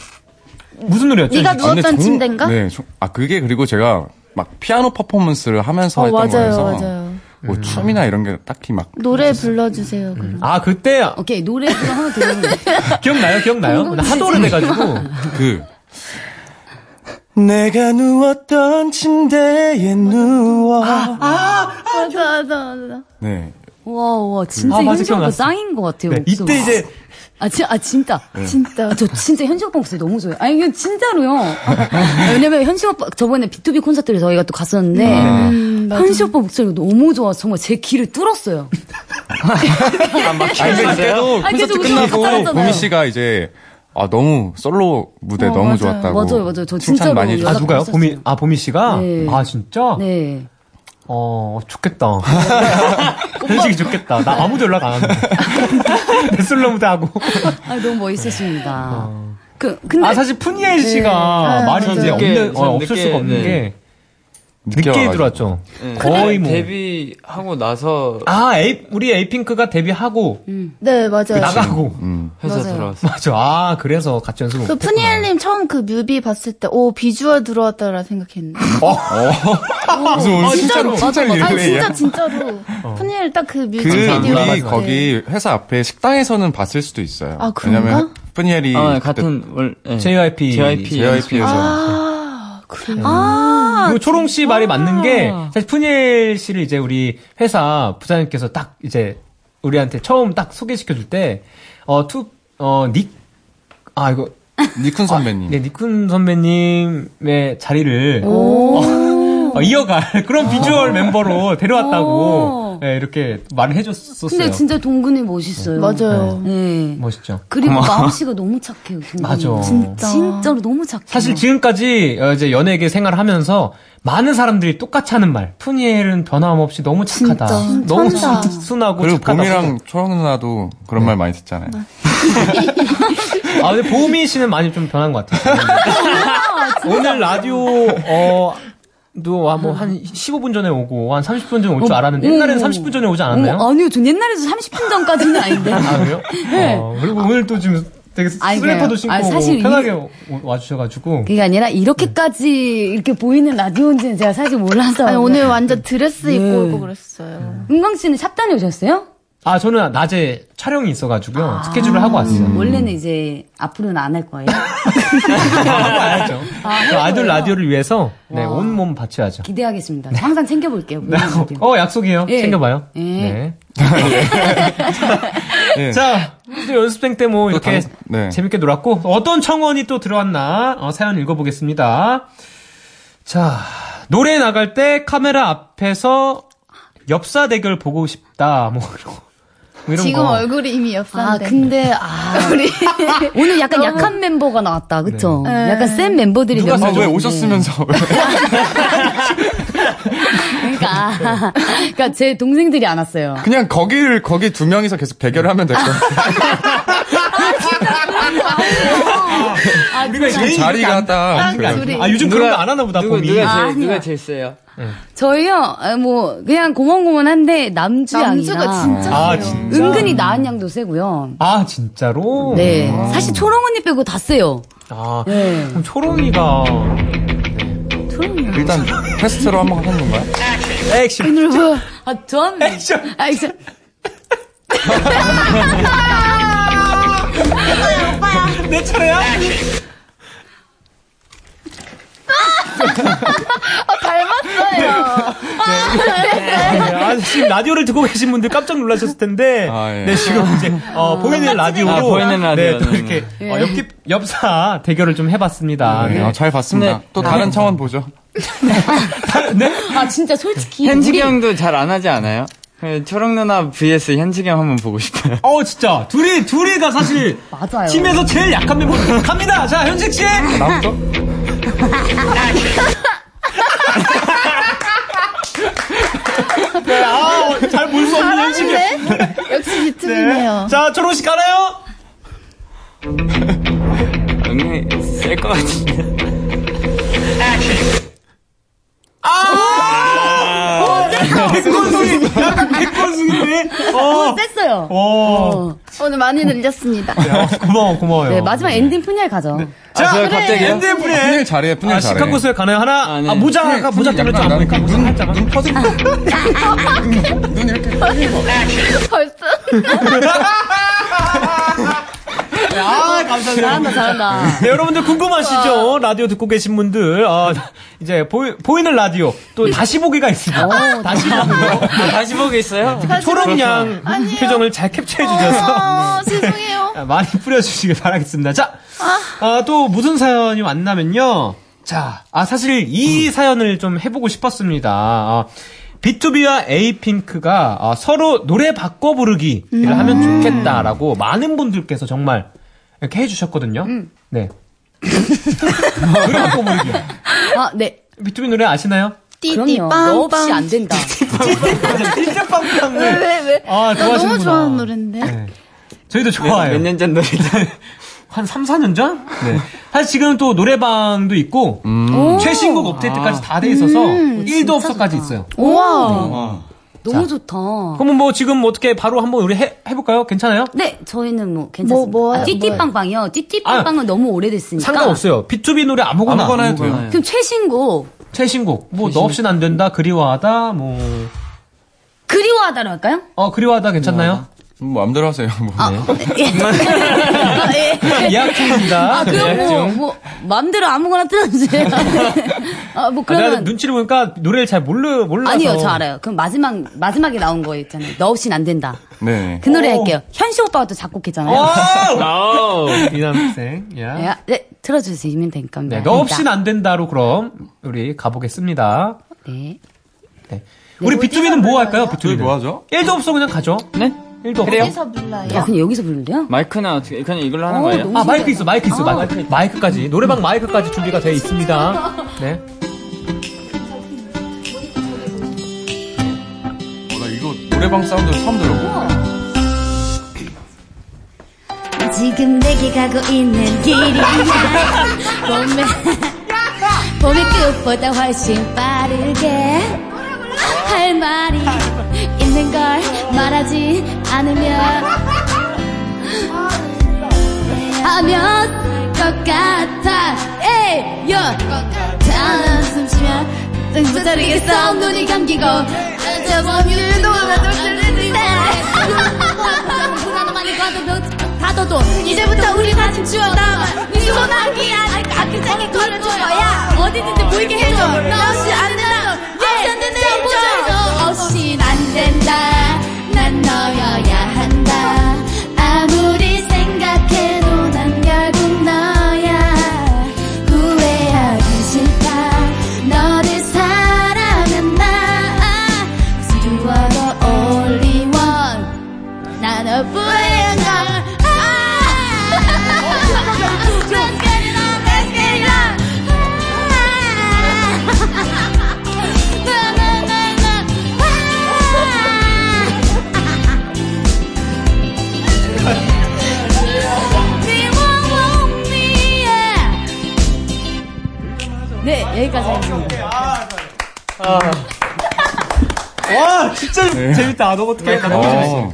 무슨 노래였죠?
네가
아, 근데
누웠던
종-
침대인가?
네. 종- 아, 그게 그리고 제가 막 피아노 퍼포먼스를 하면서
어
했던
맞아요
거여서
맞아요
뭐
음.
춤이나 이런 게 딱히 막
노래 불러주세요. 그럼.
아 그때
오케이, 노래 좀 한번 들어보세요.
기억나요? 기억나요? 나 하도 오래돼가지고
그.
내가 누웠던 침대에 누워
아, 맞아 맞아 맞아.
네.
우와, 우와, 진짜
아, 맞아,
현지 오빠
기억났어.
짱인 것 같아요.
네,
목소리.
이때 이제
아, 진, 아 진짜.
진짜
아, 저 진짜 현지 오빠 목소리 너무 좋아요. 아니, 이건 진짜로요. 아, 왜냐면 현지 오빠, 저번에 B2B 콘서트를 저희가 또 갔었는데,
음, 맞아.
현지 오빠 목소리가 너무 좋아서 정말 제 귀를 뚫었어요.
아니, 근데 그때도
아니, 계속
콘서트
우승을
끝나고
했잖아요.
보미 씨가 이제 아 너무 솔로 무대
어,
너무
맞아요.
좋았다고.
맞아요, 맞아요. 저
칭찬
진짜로
많이
연락-
아
해주셨어요.
누가요? 보미 아 보미 씨가
네.
아 진짜
네.
어 좋겠다. 현식이 좋겠다. 나 아무도 연락 안 하는데 <laughs> 내 솔로 무대 하고.
아, 너무 멋있었습니다. 그, 근데.
아 사실 푸니엘 씨가
네,
말이
맞아요.
이제
늦게,
없는, 어,
전
없을
늦게,
수가 없는
네.
게 늦게
와가지고. 네.
들어왔죠. 거의
거의
뭐.
데뷔하고 나서
아 에이, 우리 에이핑크가 데뷔하고
네 맞아요.
나가고
음.
회사
맞아요.
들어왔어.
<laughs> 맞아. 아 그래서 같이 연습을
그
못했구나.
푸니엘님 처음 그 뮤비 봤을 때 오 비주얼 들어왔더라 생각했는데
무슨 오늘 진짜로
맞아
칭찬
맞아 아니,
일례야.
진짜 진짜로 푸니엘 딱 그 뮤비
그 우리
비디오 봤을 때.
거기 회사 앞에 식당에서는 봤을 수도 있어요.
네. 아, 그런가?
왜냐면 푸니엘이
아,
네,
그때
같은 월
음.
예.
JYP.
JYP
JYP에서
아 그래
아,
그리고 초롱 씨 말이 맞는 게 사실 푸니엘 씨를 이제 우리 회사 부장님께서 딱 이제 우리한테 처음 딱 소개시켜 줄때어투어닉아 이거
니쿤 선배님.
네 니쿤 선배님의 <laughs> 자리를 어, 이어갈 그런 비주얼 멤버로 데려왔다고
맞아요.
예, 이렇게 말을 해줬었어요.
근데 진짜 동근이 멋있어요.
맞아요.
음.
네.
멋있죠.
그리고 마음씨가
<laughs>
너무 착해요. 동근이.
맞아.
음, 진짜. 진짜로 너무 착해요.
사실
네.
지금까지 어, 이제 연예계 생활을 하면서 많은 사람들이 똑같이 하는 말. 푸니엘은 변함없이 너무 착하다.
진짜.
너무
천사.
순- 순하고
그리고
착하다.
봄이랑 초영 누나도 그런 말 많이 듣잖아요.
아, 근데 보미 씨는 많이 좀 변한 것 같아요. 오늘 라디오, 어, 도, 와, 뭐, 한 15분 전에 오고, 한 30분 전에 올 줄 알았는데, 옛날에는
오.
30분 전에 오지 않았나요?
어, 아니요, 전 옛날에도 30분 전까지는
<laughs>
아닌데.
아, 그래요?
네.
어, 그리고 오늘 또 지금 되게 스-
아니,
슬리퍼도
그래요.
신고
아니, 사실
편하게
이-
오- 와주셔가지고.
그게 아니라 이렇게까지 이렇게 보이는 라디오인지는 제가 사실 몰라서.
아니, 오늘 완전 드레스 입고
네.
오고 그랬어요.
은광 씨는 샵 다녀오셨어요?
아, 저는 낮에 촬영이 있어가지고요.
아.
스케줄을 하고 왔어요.
원래는 이제 앞으로는 안 할 거예요. 아,
알죠. 저 아이돌 라디오를 위해서, 네, 온몸 바쳐야죠.
기대하겠습니다. 저 항상 챙겨볼게요. 보이는 라디오.
어, 약속이에요.
네. 예.
챙겨봐요.
예. <laughs>
네. 자, 또 연습생 때 뭐 이렇게
네.
재밌게 놀았고 어떤 청원이 또 들어왔나 어, 사연 읽어보겠습니다. 자, 노래 나갈 때 카메라 앞에서 엽사 대결 보고 싶다 뭐 이런, 거. 뭐 이런
지금
거.
얼굴이 이미
아,
엽산데.
근데, 아. <laughs> 오늘 약간 약한 멤버가 나왔다, 그쵸?
네.
약간 센 멤버들이
누가
몇
아,
명
왜
있는데.
오셨으면서
그러니까, <laughs> 그러니까 제 동생들이 안 왔어요.
<laughs> 그냥 거기를 거기 두 명이서 계속 대결을 하면 될 것 같아요.
아,
우리가
지금 자리가 딱.
안 그래요. 둘이.
아 요즘 그런 거 안 하나 보다
누가,
봄이.
누가 제일,
아, 아니야.
누가 제일 세요?
저희요, 아, 뭐, 그냥 고만고만한데, 남주 양이랑.
남주가 진짜
아 진짜.
은근히 나은 양도 세고요.
아 진짜로?
네.
아.
사실 초롱 언니 빼고 다 세요.
아
네.
그럼 초롱이가
일단 테스트로 한번 하는 건가요?
액션.
오늘 뭐, 아, 전. 액션. 액션.
내 차례야?
닮았어요.
네, 아, 지금 라디오를 듣고 계신 분들 깜짝 놀라셨을 텐데. 네, 지금 이제, 어, 보이는 라디오로.
예. 아, 보이는
네, 또
라디오는.
이렇게,
예.
어, 옆, 옆사 대결을 좀
아,
해봤습니다.
네, 어, 잘 봤습니다.
네.
또 다른 차원 보죠.
아, 진짜 솔직히.
현식이
우리-
형도 잘 안 하지 않아요? 그 초록 누나 vs 현식이 형 한번 보고 <laughs> 싶어요.
어, 진짜. 둘이, 둘이가 사실,
맞아요.
팀에서 제일 약한 멤버. 갑니다! 자, 현식 씨!
나부터?
네, 아, 잘 볼 수 없는 현식이.
잘하는데? 역시 비투비네요.
자, 초롱 씨 가나요?
은근히 셀것 같은데.
백권승이, 약간 백권승인데?
어,
어,
뺐어요.
어.
오늘 많이 늘렸습니다.
어, 고마워, 고마워요.
네, 마지막 엔딩 푸니엘 가죠.
자,
저 갑자기요?
엔드
푸닐
분의
잘해, 푸닐
아,
잘해.
시카고 수에 가나요? 하나,
아, 네.
아, 모자가, 모자
푸닐
때문에
약간
좀안 보니까.
나는 눈, 눈 퍼진 거.
벌써?
아, 감사합니다.
잘한다, 잘한다.
네, 여러분들 궁금하시죠? 라디오 듣고 계신 분들, 아, 이제 보이, 보이는 라디오, 또 다시 보기가 있습니다. 다시 보기.
아, 다시 보겠어요?
초록양
아니요.
표정을 잘 캡처해 주셔서 아,
어, 죄송해요.
많이 뿌려주시길 바라겠습니다. 자, 아, 또 무슨 사연이 왔나면요. 자, 아, 사실 이 사연을 좀 해보고 싶었습니다. 아, B2B와 에이핑크가 아, 서로 노래 바꿔 부르기를
음.
하면 좋겠다라고 많은 분들께서 정말 이렇게 해주셨거든요.
음.
네. <laughs> 노래 바꿔 부르기.
아, 네.
B2B 노래 아시나요?
그럼요. 너 없이 안 된다.
아, 네, 왜,
띠빵빵을.
왜, 왜?
아,
네, 나 너무
좋아하시는구나.
좋아하는 노랜데.
네. 저희도 좋아해요. 네.
몇 년 전 노래죠?
한 3, 4년 전? 네. 사실 지금 또 노래방도 있고, 최신곡 업데이트까지 다 돼 있어서,
음.
일 1도 없어까지 있어요.
<laughs> 우와. 너무 좋다.
그러면 뭐 지금 어떻게 바로 한번 우리 해, 해볼까요? 괜찮아요?
네, 저희는 뭐 괜찮습니다.
뭐, 뭐요?
아, 띠띠빵빵이요. 띠띠빵빵은 너무 오래됐으니까.
상관없어요. B2B 노래 아무거나.
아무거나 해도 돼요.
그럼 최신곡
최신곡. 뭐, 너 없인 안 된다, 그리워하다, 뭐.
그리워하다로 할까요? 어,
어, 그리워하다 괜찮나요?
뭐, 마음대로 하세요. 뭐.
예. 아,
<laughs>
예.
예약중입니다. 네.
아, 그럼 뭐, 뭐 마음대로 아무거나 뜯어주세요. 아, 뭐
내가
그러면
눈치를 보니까 노래를 잘 몰라, 몰라서.
아니요, 저 알아요. 그럼 마지막 마지막에 나온 거 있잖아요. 너 없인 안 된다.
네.
그 노래
오.
할게요. 현시 오빠가 또 작곡했잖아요.
와우!
아우.
미남생. 야.
예, 네, 틀어주시면 되니까.
네, 너 없인 안 된다로 그럼 우리 가보겠습니다.
네.
네. 우리 비투비는 뭐 할까요? 비투비
뭐 하죠?
일도 없어 그냥 가죠. 네? 일도 없어.
네.
아, 그냥 여기서 부를래요?
마이크나 어떻게 그냥 이걸로 하는 거예요?
아 마이크 있어 마이크 있어
아.
마이크 마이크까지 노래방 마이크까지 준비가 되어 있습니다. 네.
어, 나 이거 노래방 사운드 처음 들어.
지금 내게 가고 있는 길이야 봄에 봄의 끝보다 훨씬 빠르게 할 말이 있는 걸 말하지 않으면 하면 것 같아 에요 다른 숨 쉬면 못 자르겠어 눈이 감기고 언제 법률도 나도 들리는데 다도도 이제부터 우리 사진 추억 남아 네 소나기 아크장에 걸어줄 거야 어디든지 보이게 해줘 나 없이 안 된다 없이 안 된다 너 없이 안 된다 난 너여야 한다 아무리 생각해도 난 결국 너야 후회하기 싫다 너를 사랑한 나 So you are the only one 나 너뿐이야 나 Let's get it on, let's get it on 나, 나, 나, 나. We won't want me, yeah. 네, 여기까지 하겠습니다.
와 진짜 재밌다. 너무 어떻게
네.
네.
어.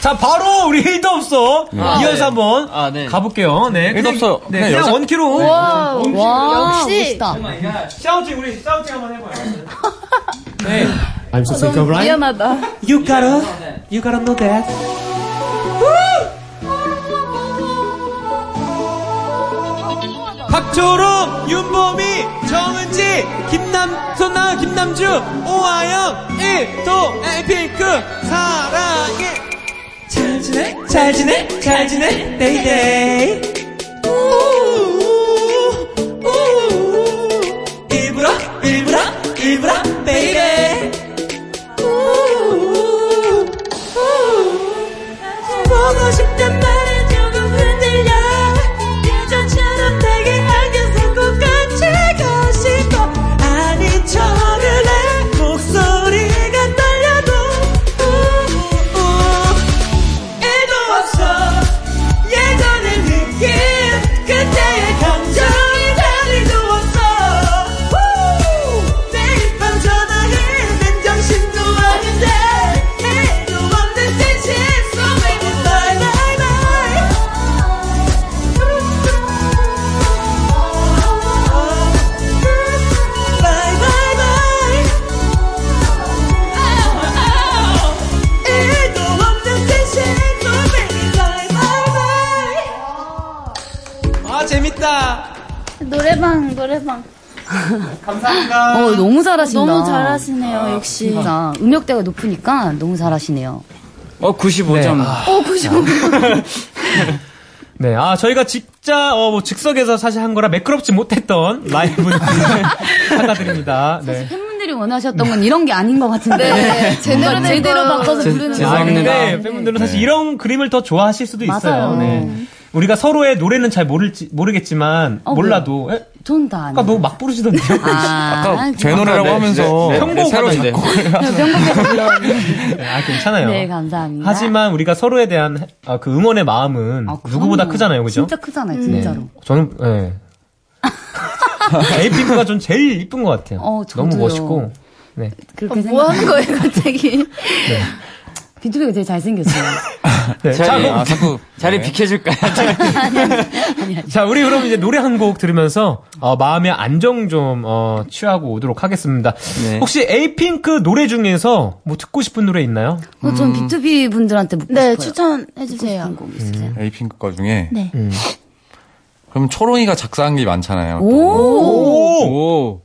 자 바로 우리 일도 없어 아,
네.
이어서
네.
한번
아,
가볼게요. 네.
일도 없어요.
네.
그냥
그냥
여자-
원키로.
네.
와,
와,
역시.
샤우팅 우리 샤우팅 한번 해봐요.
I'm so sick of life.
미안하다.
You gotta, you gotta know that. 박초롱, 윤보미, 정은지, 김남선나, 김남주, 오하영, 일도, 에이핑크, 사랑해. 잘 지내, 잘 지내, 잘 지내, 데이데이. 우우, 우우. 일부러, 일부러, 일부러, 베이베. 우우, 우우. 보고 싶단 말에 조금 흔들려. 예전처럼 내게 안겨서 꼭 같이 가고 싶어. 아닌 척을 해. 목소리가 떨려도. 우우, 우우. 일도 없어 예전의 느낌 그때의 감정이 다를 두었어 우! 매일 밤 전화해 난 정신도 아닌데 해도 없는 진심 So baby bye bye bye Bye bye bye 일도 없는 대신 노래 바이 바이 바이 아 재밌다
노래방, 노래방.
감사합니다
어, 너무 잘하신다.
너무 잘하시네요, 역시.
진짜 음역대가 높으니까 너무 잘하시네요.
어 95점.
어, 그죠.
네, 아 저희가 진짜 어, 뭐 즉석에서 사실 한 거라 매끄럽지 못했던 라이브 <laughs> 사과드립니다. 네.
팬분들이 원하셨던 건 이런 게 아닌 것 같은데.
네, 제대로 된
제대로
거.
바꿔서
제-
부르는 거.
아, 근데 네. 팬분들은 사실 이런 그림을 더 좋아하실 수도 있어요.
맞아요.
네. 우리가 서로의 노래는 잘 모를지 모르겠지만
어,
몰라도 에?
전다 아니.
아까 뭐 너무 막 부르시던데요.
아까
제 노래라고 하면서 네,
평범
새로
하던데.
작곡을 하서
아 괜찮아요.
네, 감사합니다.
하지만 우리가 서로에 대한 아, 그 응원의 마음은 누구보다
그럼요.
크잖아요, 그죠? 네.
진짜 크잖아요, 진짜로.
저는
<laughs>
예. 에이핑크가 전 <laughs> 제일 이쁜 것 같아요.
어, 저도요.
너무 멋있고. 네.
그렇게
어,
<laughs>
뭐 하는 거예요, 갑자기?
비투비가 되게 잘생겼어요.
네. 자,
자리,
그럼-
아, 자꾸 자리 비켜줄까요?
자, 우리 그럼 이제 노래 한 곡 들으면서 어, 마음의 안정 좀 어, 취하고 오도록 하겠습니다. 혹시 에이핑크 노래 중에서 뭐 듣고 싶은 노래 있나요?
어,
음.
전 비투비 분들한테 묻고
네, 음.
싶어요. 음.
추천해주세요.
에이핑크 거 중에.
네.
그럼 초롱이가 작사한 게 많잖아요. 또.
오!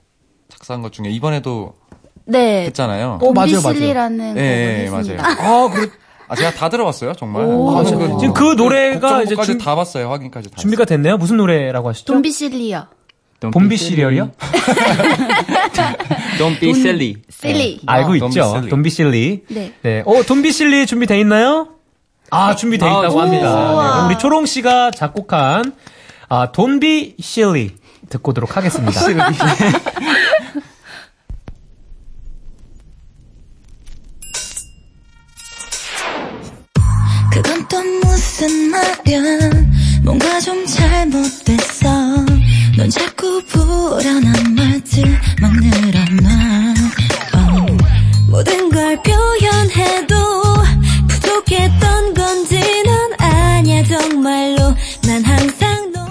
작사한 것 중에 이번에도
네.
했잖아요.
오, 맞아요, 맞아요. 실리라는
네,
예, 예,
곡을
맞아요.
했습니다.
아, 그래. 아, 제가 다 들어봤어요, 정말.
오.
아,
지금 그 노래가 이제
까지
준-
다 봤어요, 확인까지 다.
준비가 됐네요? 무슨 노래라고 하시죠?
좀비 실리요.
봄비 시리얼이요?
Don't be silly.
silly.
알고
Don't be
있죠.
silly.
돈비 실리.
네.
네. 어, 돈비 실리 준비돼 있나요? 아, 준비돼
아,
있다고
오,
합니다. 네,
우와.
그럼 우리 초롱 씨가 작곡한 아, 돈비 실리 듣고 오도록 하겠습니다.
그건 또 무슨 말이야 뭔가 좀 잘못됐어 넌 자꾸 불안한 말들 막 늘어놔 Oh. 모든 걸 표현해도 부족했던 건지 넌 아냐 정말로 난 항상 너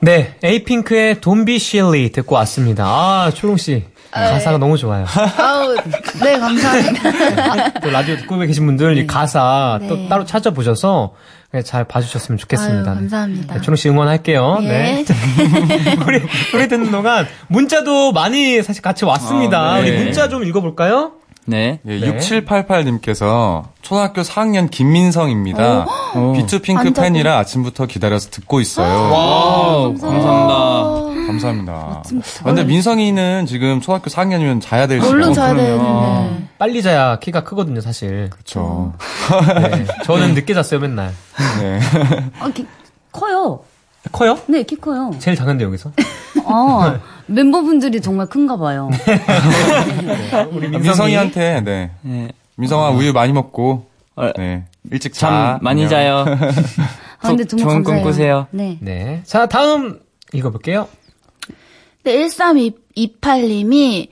네, 에이핑크의 돈비 실리 듣고 왔습니다. 아, 초롱 씨
아,
가사가
네.
너무
<laughs>
좋아요.
아우, 네, 감사합니다.
또 라디오 듣고 계신 분들 이 가사
네.
또 따로 찾아보셔서 그냥 잘 봐주셨으면 좋겠습니다.
아유, 감사합니다.
네, 초롱 씨 응원할게요.
예.
네. <laughs> 우리 우리 듣는 동안 문자도 많이 사실 같이 왔습니다.
아, 네.
우리 문자 좀 읽어볼까요?
네.
예,
네.
6788님께서 초등학교 4학년 김민성입니다.
어?
비투핑크
완전.
팬이라 아침부터 기다려서 듣고 있어요.
아,
와우, 감사합니다.
감사합니다. 아, 근데 민성이는 지금 초등학교 4학년이면 자야 될 시간.
얼른 자야 되는데. 빨리 자야 키가 크거든요, 사실. 그렇죠. 저는 늦게 잤어요, 맨날.
아, 키- 커요.
커요?
네, 키 <laughs> 커요.
제일 작은데 여기서.
아, 멤버분들이 정말 큰가 봐요.
네.
우리 아, 민성이한테 네. 민성아 우유 많이 먹고
어,
네. 일찍
잠
자.
많이 자요.
아, 근데 정말
좋은 꿈
감사해요.
꾸세요.
네.
네. 자, 다음 읽어볼게요.
네, 1328님이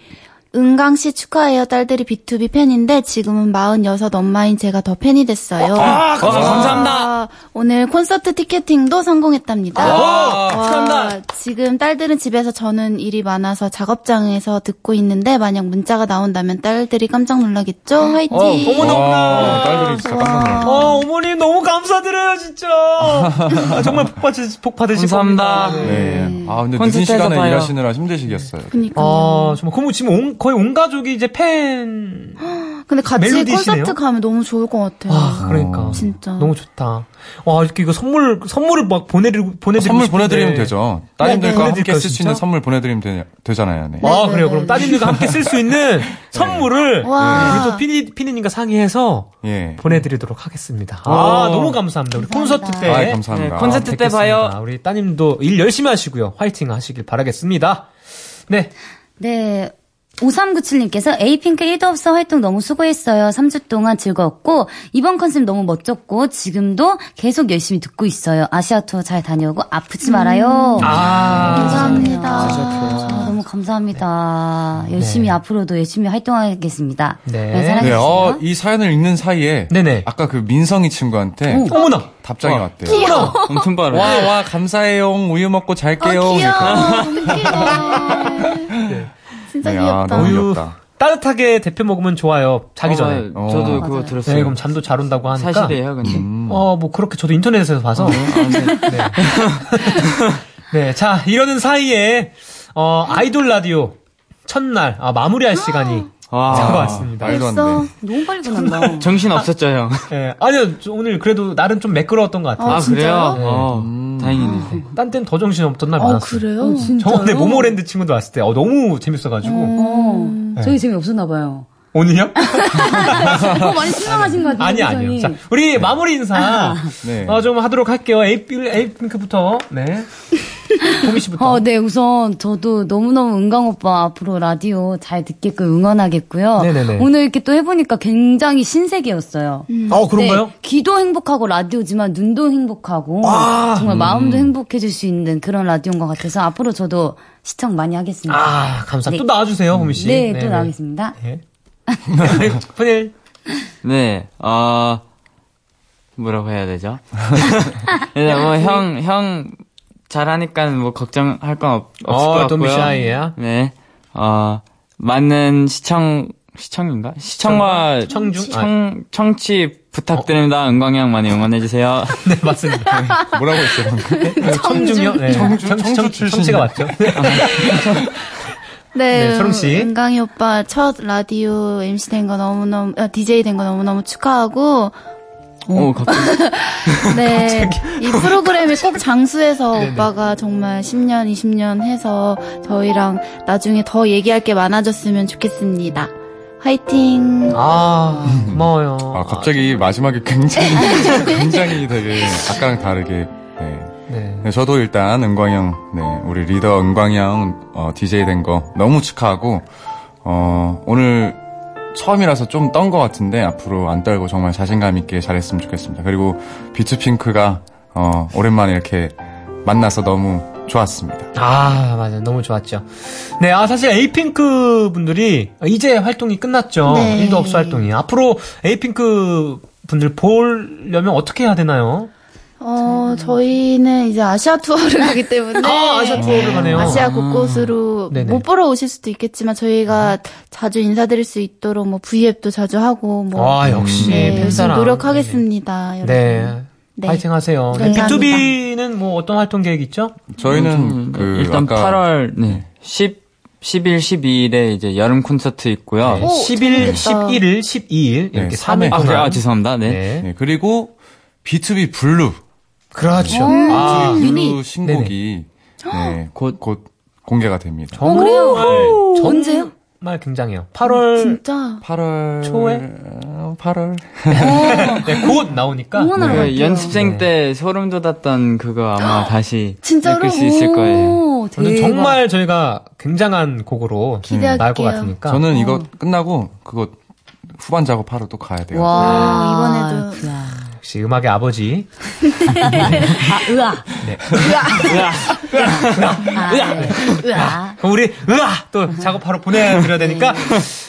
은강 씨 축하해요. 딸들이 B2B 팬인데 지금은 46 엄마인 제가 더 팬이 됐어요.
아, 아, 감사합니다.
아, 오늘 콘서트 티켓팅도 성공했답니다.
아,
와,
축하합니다.
지금 딸들은 집에서 저는 일이 많아서 작업장에서 듣고 있는데 만약 문자가 나온다면 딸들이 깜짝
어,
놀라겠죠? 화이팅.
어머나. 딸들이 진짜 깜짝 놀랐어.
어, 어머님 너무 감사드려요, <laughs> 진짜. 아, 정말 복 받으시, 복 받으실
감사합니다.
겁니다.
네. 아, 근데 늦은
콘서트에서
시간에
봐요.
일하시느라 힘드시겠어요.
그러니까.
아, 정말 그럼 지금 온- 거의 온 가족이 이제 팬.
근데 같이
멜로디시네요?
콘서트 가면 너무 좋을 것 같아요.
아, 그러니까.
진짜.
너무 좋다. 와, 이렇게 이거 선물 선물을 막 보내드리고 보내드리고 싶은데.
선물
네,
보내드리면 되죠. 따님들과
보내드릴까요,
함께 쓸 수 있는
진짜?
선물 보내드리면 되, 되잖아요. 네.
아, 그래요. 그럼 따님들과 함께 쓸 수 <laughs> 있는 선물을
와.
우리 또 피디 피디님과 상의해서
예.
보내드리도록 하겠습니다. 아,
오.
너무 감사합니다. 우리 콘서트 때.
아이, 감사합니다. 네,
콘서트 때
뵙겠습니다.
봐요.
우리 따님도 일 열심히 하시고요. 화이팅 하시길 바라겠습니다. 네.
네. 5397님께서 에이핑크 1도 없어 활동 너무 수고했어요. 3주 동안 즐거웠고, 이번 컨셉 너무 멋졌고, 지금도 계속 열심히 듣고 있어요. 아시아 투어 잘 다녀오고, 아프지
음.
말아요. 감사합니다. 아, 너무 감사합니다.
네.
열심히 앞으로도 열심히 활동하겠습니다. 네,
네,
사랑해주세요.
어, 이 사연을 읽는 사이에 아까 그 민성이 친구한테
오.
네. 어머나
답장이
와.
왔대요.
귀여워. <laughs> 엄청 빠르네.
와, 와, 감사해요. 우유 먹고 잘게요.
어,
그러니까.
진짜
네, 아, 너무
우유
귀엽다.
따뜻하게 데펴 먹으면 좋아요. 자기
어,
전에.
저도 그거 맞아요. 들었어요.
네, 그럼 잠도 잘 온다고 하니까.
사실이에요, 음. 어, 아, 근데.
어, 뭐 그렇게 저도 인터넷에서 봐서. <laughs> 네. 네, 자 이러는 사이에 어, 아이돌 라디오 첫날 아, 마무리할 시간이 다가왔습니다.
너무 빨리 끝난다.
정신 없었죠, 형.
예, 아니요 저 오늘 그래도 나름 좀 매끄러웠던 것 같아요.
아, 그래요? 어, 다행이네.
딴 때는 더 정신 없던 날
아,
많았어요.
그래요? 어, 진짜요?
저번에 모모랜드 친구들 왔을 때 어, 너무 재밌어가지고
어,
네.
저희 재미없었나봐요. <laughs>
오늘요?
너무 많이 실망하신 것 같아요.
아니 아니요. 자, 우리 마무리 인사
아.
네.
어, 좀 하도록 할게요. 에이핑, 에이핑크부터.
<laughs>
네.
어, 네, 우선 저도 너무너무 은강 오빠 앞으로 라디오 잘 듣게끔 응원하겠고요.
네네네.
오늘 이렇게 또 해보니까 굉장히 신세계였어요.
어, 그런가요?
네, 귀도 행복하고 라디오지만 눈도 행복하고
와.
정말
음.
마음도 행복해질 수 있는 그런 라디오인 것 같아서 앞으로 저도 시청 많이 하겠습니다.
아, 감사합니다. 또 나와주세요, 호미 씨.
네,
네,
또
네.
나오겠습니다.
<laughs> 푸닐.
네, 어, 뭐라고 해야 <laughs> 되죠? 네, 뭐, 형, 형, 잘하니까 뭐, 걱정할 건 없, 없을
어,
것 같고요.
don't be shy예요.
네, 어, 많은 시청, 시청인가? 시청과 어.
청- 청중?
청, 청취 부탁드립니다. 은광이 형 많이 응원해주세요.
네, 맞습니다.
뭐라고 했어요?
청중요? 네. 청주, 청주, 청취가 맞죠?
네,
네, 초롱 씨.
은강이 오빠 첫 라디오 MC 된 거 너무너무, 아, DJ 된 거 너무너무 축하하고,
어, 갑자기.
네. 이 프로그램이 꼭 장수해서
네네.
오빠가 정말 10년, 20년 해서 저희랑 나중에 더 얘기할 게 많아졌으면 좋겠습니다. 화이팅!
아, 고마워요.
아, 갑자기 마지막에 굉장히,
네.
<laughs> 굉장히 되게 아까랑 다르게. 네. 네, 저도 일단 은광이 형, 네, 우리 리더 은광이 형, 어, DJ 된 거 너무 축하하고, 어, 오늘 처음이라서 좀 떤 것 같은데 앞으로 안 떨고 정말 자신감 있게 잘했으면 좋겠습니다. 그리고 비투핑크가, 어, 오랜만에 이렇게 만나서 너무 좋았습니다.
아, 맞아요. 너무 좋았죠. 네, 아, 사실 에이핑크 분들이 이제 활동이 끝났죠.
네.
일도 없어 활동이. 앞으로 에이핑크 분들 보려면 어떻게 해야 되나요?
어, 저희는 이제 아시아 투어를 <laughs> 가기 때문에.
아, 아시아 투어를 가네요.
아시아
아.
곳곳으로
네네.
못 보러 오실 수도 있겠지만 저희가 자주 인사드릴 수 있도록 뭐 브이앱도 자주 하고 뭐.
아, 역시
네, 열심히
팬사랑.
노력하겠습니다. 여러분.
네.
네.
파이팅 하세요. 네,
감사합니다.
B2B는 뭐 어떤 활동 계획 있죠?
음,
그
네, 일단 8월 네. 10 11, 12일에 이제 여름 콘서트
아.
네.
있고요.
11, 11일, 12일
네,
이렇게
삼일
3회
아, 그래요? 아, 죄송합니다. 네.
네, 그리고 B2B 블루.
그렇죠.
네,
아,
B2B 블루
유닛.
신곡이 네, 곧, 곧 공개가 됩니다.
어, 그래요? 네, 정-
언제요?
정말 굉장해요. 8월
진짜.
8월
초에
8월
네, 곧 나오니까
네,
네.
연습생 때 소름 돋았던 그거 아마 다시
진짜로?
느낄 수 있을 거예요.
저는 정말 저희가 굉장한 곡으로 나올 것 같으니까 어.
저는 이거 끝나고 그거 후반 작업하러 또 가야 돼요.
와, 아, 네,
아,
이번에도.
역시 음악의 아버지.
아, 으아.
네.
<laughs> 으아. 아, 네.
그럼 우리 으아 또 작업 바로 보내드려야 되니까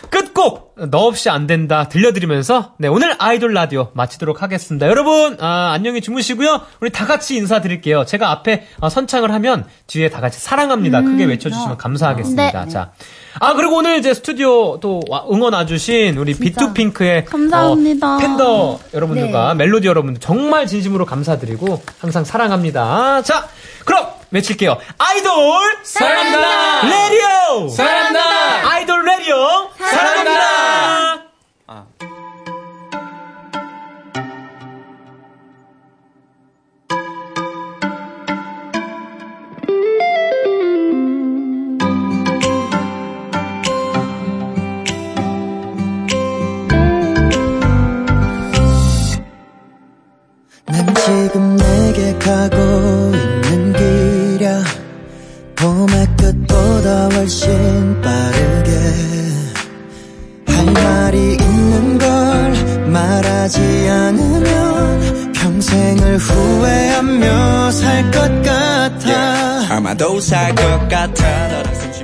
끝곡 너 없이 안 된다 들려드리면서 네 오늘 아이돌 라디오 마치도록 하겠습니다. 여러분 아, 안녕히 주무시고요. 우리 다 같이 인사드릴게요. 제가 앞에 아, 선창을 하면 뒤에 다 같이 사랑합니다. 크게 외쳐주시면 감사하겠습니다.
네.
자. 아 그리고 오늘 이제 스튜디오 또 와- 응원 와주신 우리 비투핑크의
감사합니다. 네.
어, 팬더 여러분들과 멜로디 여러분들 정말 진심으로 감사드리고 항상 사랑합니다. 자, 그럼 외칠게요. 아이돌
사랑한다.
레디오
사랑한다.
아이돌 레디오 사랑한다.
난 지금 내게 가고 있는 길이야 봄의 끝보다 훨씬 빠르게 할 말이 있는 걸 말하지 않으면 평생을 후회하며 살 것 같아
예, 아마도 살 것 같아 너랑